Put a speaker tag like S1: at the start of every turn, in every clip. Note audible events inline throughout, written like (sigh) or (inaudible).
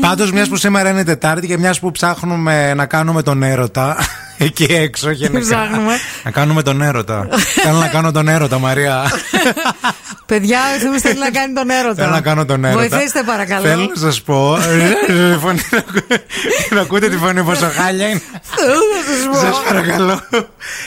S1: Πάντως, μιας που σήμερα είναι Τετάρτη και μιας που ψάχνουμε να κάνουμε τον έρωτα. (laughs) Εκεί έξω γενικά. Να κάνουμε τον έρωτα. Θέλω να κάνω τον έρωτα,
S2: (laughs)
S1: Μαρία.
S2: Παιδιά, ο Ευθύνη θέλει να κάνει τον έρωτα.
S1: Θέλω να κάνω τον έρωτα.
S2: Βοηθήστε παρακαλώ.
S1: Θέλω να σας πω. (laughs) Να ακούτε τη φωνή
S2: (laughs)
S1: πόσο χάλια είναι. Σα παρακαλώ.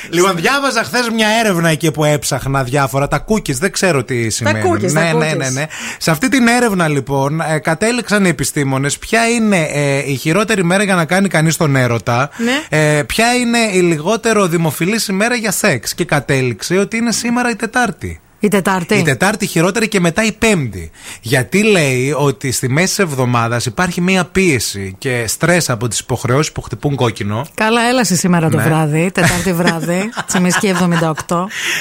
S1: Λοιπόν, διάβαζα χθες μια έρευνα εκεί που έψαχνα διάφορα. Τα κούκκι, δεν ξέρω τι σημαίνει. Ναι, ναι, ναι, ναι. Σε αυτή την έρευνα λοιπόν κατέληξαν οι επιστήμονες ποια είναι ε, η χειρότερη μέρα για να κάνει κανείς τον έρωτα. Ε, Ποια είναι η λιγότερο δημοφιλής ημέρα για σεξ. Και κατέληξε ότι είναι σήμερα η Τετάρτη.
S2: Η Τετάρτη.
S1: Η Τετάρτη χειρότερη και μετά η Πέμπτη. Γιατί λέει ότι στη μέση της εβδομάδας υπάρχει μία πίεση και στρες από τις υποχρεώσεις που χτυπούν κόκκινο.
S2: Καλά, έλασε σήμερα το ναι. βράδυ, Τετάρτη
S1: (laughs)
S2: βράδυ, τσιμισκή 78.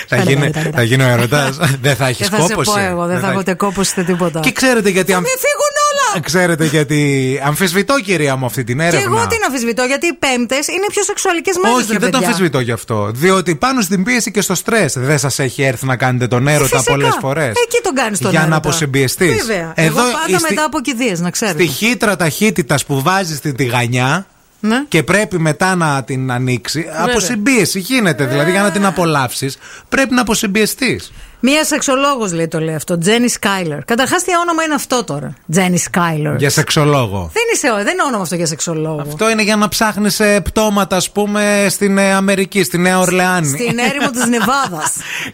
S1: θα, γίνει, θα γίνει ο ερωτάς.
S2: (laughs)
S1: δεν θα έχεις κόποση.
S2: Δεν Ε, θα σε πω εγώ, δεν θα έχετε κόποση ούτε τίποτα.
S1: Και ξέρετε Ε, γιατί.
S2: Θα αμ... φύγουν όλα!
S1: Ξέρετε γιατί. Αμφισβητώ, κυρία μου, αυτή την έρευνα.
S2: Και εγώ την αμφισβητώ, γιατί οι Πέμπτες είναι πιο σεξουαλικές μέρε.
S1: Όχι, δεν το αμφισβητώ γι' αυτό. Διότι πάνω στην πίεση και στο στρες δεν σας έχει έρθει να κάνετε τον έρωτα πολλές φορές.
S2: Ε, Εκεί τον κάνεις τον
S1: Για
S2: έρωτα.
S1: να αποσυμπιεστείς.
S2: Βέβαια. Εδώ Εγώ πάντα στη... μετά από κηδείες, να ξέρετε.
S1: Στη χύτρα ταχύτητας που βάζεις την τηγανιά. Ναι. Και πρέπει μετά να την ανοίξει. Βέβαια. Αποσυμπίεση γίνεται. Δηλαδή, για να
S2: Ε.
S1: την απολαύσεις, πρέπει να αποσυμπιεστείς.
S2: Μία σεξολόγος λέει το λέει αυτό, Τζένι Σκάιλερ. Καταρχάς, τι όνομα είναι αυτό τώρα, Τζένι Σκάιλερ.
S1: Για σεξολόγο.
S2: Δεν, είσαι, δεν είναι όνομα αυτό για σεξολόγο.
S1: Αυτό είναι για να ψάχνεις πτώματα, ας πούμε, στην ε, Αμερική, στη Νέα Ορλεάνη.
S2: Στην έρημο της
S1: (laughs)
S2: Νεβάδας.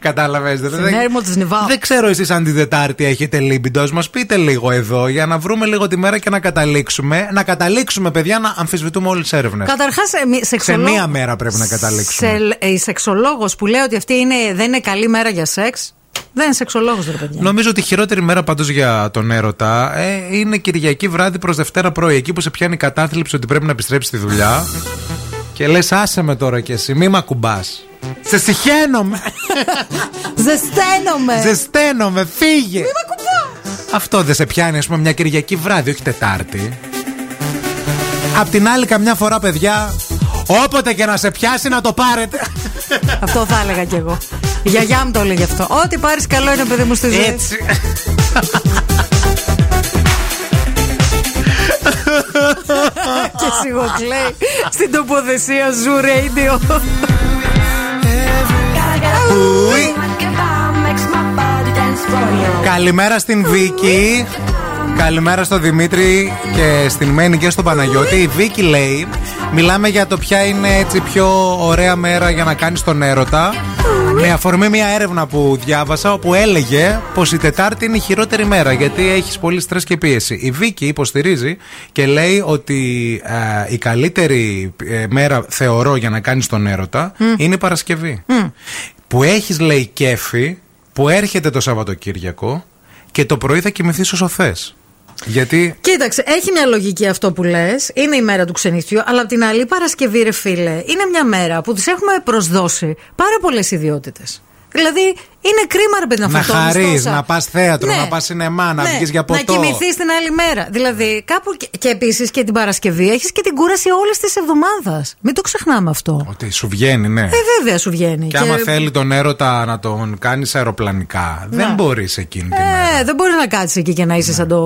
S1: Κατάλαβε.
S2: Στην έρημο της Νεβάδας.
S1: Δεν ξέρω εσείς αν την Δετάρτη έχετε λίμπιντος. Μας πείτε λίγο εδώ για να βρούμε λίγο τη μέρα και να καταλήξουμε. Να καταλήξουμε, παιδιά, να αμφισβητούμε όλες τις έρευνες.
S2: Καταρχάς,
S1: σεξολόγο... σε μία μέρα πρέπει να καταλήξουμε.
S2: ε, Σε... Η σεξολόγος που λέει ότι αυτή είναι, δεν είναι καλή μέρα για σεξ. Δεν είναι σεξολόγος, ρε παιδιά.
S1: Νομίζω ότι η χειρότερη μέρα πάντως για τον έρωτα ε, είναι Κυριακή βράδυ προς Δευτέρα πρωί. Εκεί που σε πιάνει η κατάθλιψη ότι πρέπει να επιστρέψεις στη δουλειά. Και λες, άσε με τώρα κι εσύ, μη μ' ακουμπάς. Σε συχαίνομαι. (laughs)
S2: Ζεσταίνομαι.
S1: Ζεσταίνομαι, φύγε.
S2: Μη μ' ακουμπάς.
S1: Αυτό δεν σε πιάνει, ας πούμε, μια Κυριακή βράδυ, όχι Τετάρτη. Απ' την άλλη, καμιά φορά, παιδιά, όποτε και να σε πιάσει, να το πάρετε.
S2: Αυτό θα έλεγα κι εγώ. Η γιαγιά μου το έλεγε αυτό. Ό,τι πάρεις καλό είναι παιδί μου στη ζωή.
S1: Έτσι.
S2: Και σιγοκλέει στην τοποθεσία Zoo Radio.
S1: Καλημέρα στην Βίκη. Καλημέρα στο Δημήτρη και στην Μένη και στον Παναγιώτη. Η Βίκη λέει: Μιλάμε για το ποια είναι έτσι πιο ωραία μέρα για να κάνεις τον έρωτα. Με αφορμή μια έρευνα που διάβασα, όπου έλεγε πως η Τετάρτη είναι η χειρότερη μέρα γιατί έχεις πολύ στρες και πίεση. Η Βίκη υποστηρίζει και λέει ότι ε, η καλύτερη ε, μέρα, θεωρώ, για να κάνεις τον έρωτα mm. είναι η Παρασκευή. Mm. Που έχεις, λέει, κέφι που έρχεται το Σαββατοκύριακο και το πρωί θα κοιμηθείς όσο θες. Γιατί...
S2: Κοίταξε, έχει μια λογική αυτό που λες. Είναι η μέρα του ξενιχτιού, αλλά απ' την άλλη, η Παρασκευή, ρε φίλε, είναι μια μέρα που τη έχουμε προσδώσει πάρα πολλές ιδιότητες. Δηλαδή, είναι κρίμα ρε παιδί να
S1: φανταστεί. Να χαρεί, να πας θέατρο, ναι. να πας σινεμά, να ναι. βγεις για ποτό.
S2: Να κοιμηθείς την άλλη μέρα. Δηλαδή, κάπου και, και επίσης και την Παρασκευή έχεις και την κούραση όλη τη εβδομάδα. Μην το ξεχνάμε αυτό.
S1: Ότι σου βγαίνει, ναι. Ε,
S2: βέβαια σου βγαίνει.
S1: Και, και... άμα θέλει τον έρωτα να τον κάνεις αεροπλανικά, να. δεν μπορείς εκείνη την ε, μέρα.
S2: Δεν μπορείς να κάτσεις εκεί και να είσαι ναι. σαν το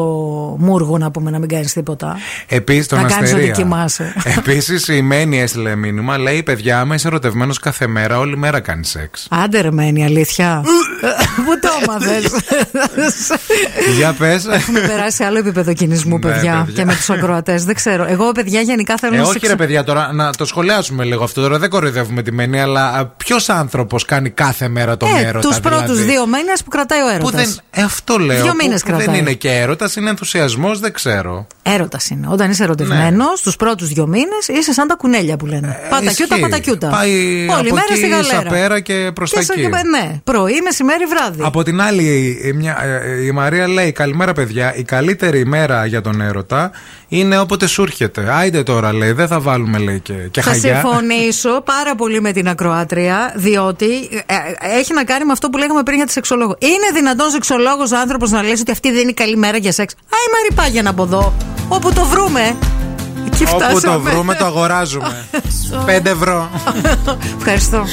S2: μούργο να πούμε να μην κάνεις τίποτα.
S1: Επίσης τον
S2: Να κάνεις ότι
S1: (laughs)
S2: κοιμάσαι.
S1: Επίσης η Μένη έστειλε μήνυμα, λέει παιδιά, είμαι ερωτευμένος κάθε μέρα, όλη μέρα κάνεις σεξ.
S2: Άντε ρε Μένη, αλήθεια. Πού το έμαθες.
S1: Για πες.
S2: (laughs) Έχουμε περάσει άλλο επίπεδο
S1: Ναι,
S2: κινησμού, παιδιά. Και με τους ακροατές. Δεν ξέρω. Εγώ, παιδιά, γενικά θέλω
S1: Ε,
S2: να.
S1: Όχι, ρε παιδιά, τώρα να το σχολιάσουμε λίγο αυτό. Τώρα δεν κοροϊδεύουμε τη μένη, αλλά ποιος άνθρωπος κάνει κάθε μέρα τον έρωτα. δηλαδή?
S2: Του πρώτου Ε, δύο μήνες που κρατάει ο έρωτας.
S1: Ε, Αυτό λέω.
S2: Δύο μήνε κρατάει.
S1: Δεν είναι και έρωτας, είναι ενθουσιασμός, δεν ξέρω.
S2: Έρωτας είναι. Όταν είσαι ερωτευμένος,
S1: Ναι.
S2: τους πρώτους δύο μήνες είσαι σαν τα κουνέλια που λένε.
S1: Ε,
S2: Πατακιούτα, πατακιούτα.
S1: Πάει Όλη μέρα στη γαλέρα. πέρα και προς τα εκεί.
S2: Ναι, πρωί, μεσημέρι, βράδυ.
S1: Από την άλλη, η, μια, ε, η Μαρία λέει: Καλημέρα, παιδιά. Η καλύτερη ημέρα για τον έρωτα είναι όποτε σου έρχεται. Άιντε τώρα, λέει, δεν θα βάλουμε, λέει, και, και
S2: θα
S1: Ε, χαγιά.
S2: Θα συμφωνήσω πάρα πολύ με την ακροάτρια, διότι ε, έχει να κάνει με αυτό που λέγαμε πριν για τη σεξολόγο. Είναι δυνατόν σεξολόγος άνθρωπος να λες ότι αυτή δεν είναι καλή μέρα για σεξ. Α, η Μαρή, πάγαινε από εδώ. Όπου το βρούμε.
S1: Εκεί Όπου το βρούμε το (laughs)
S2: (laughs)
S1: αγοράζουμε 5 ευρώ
S2: Ευχαριστώ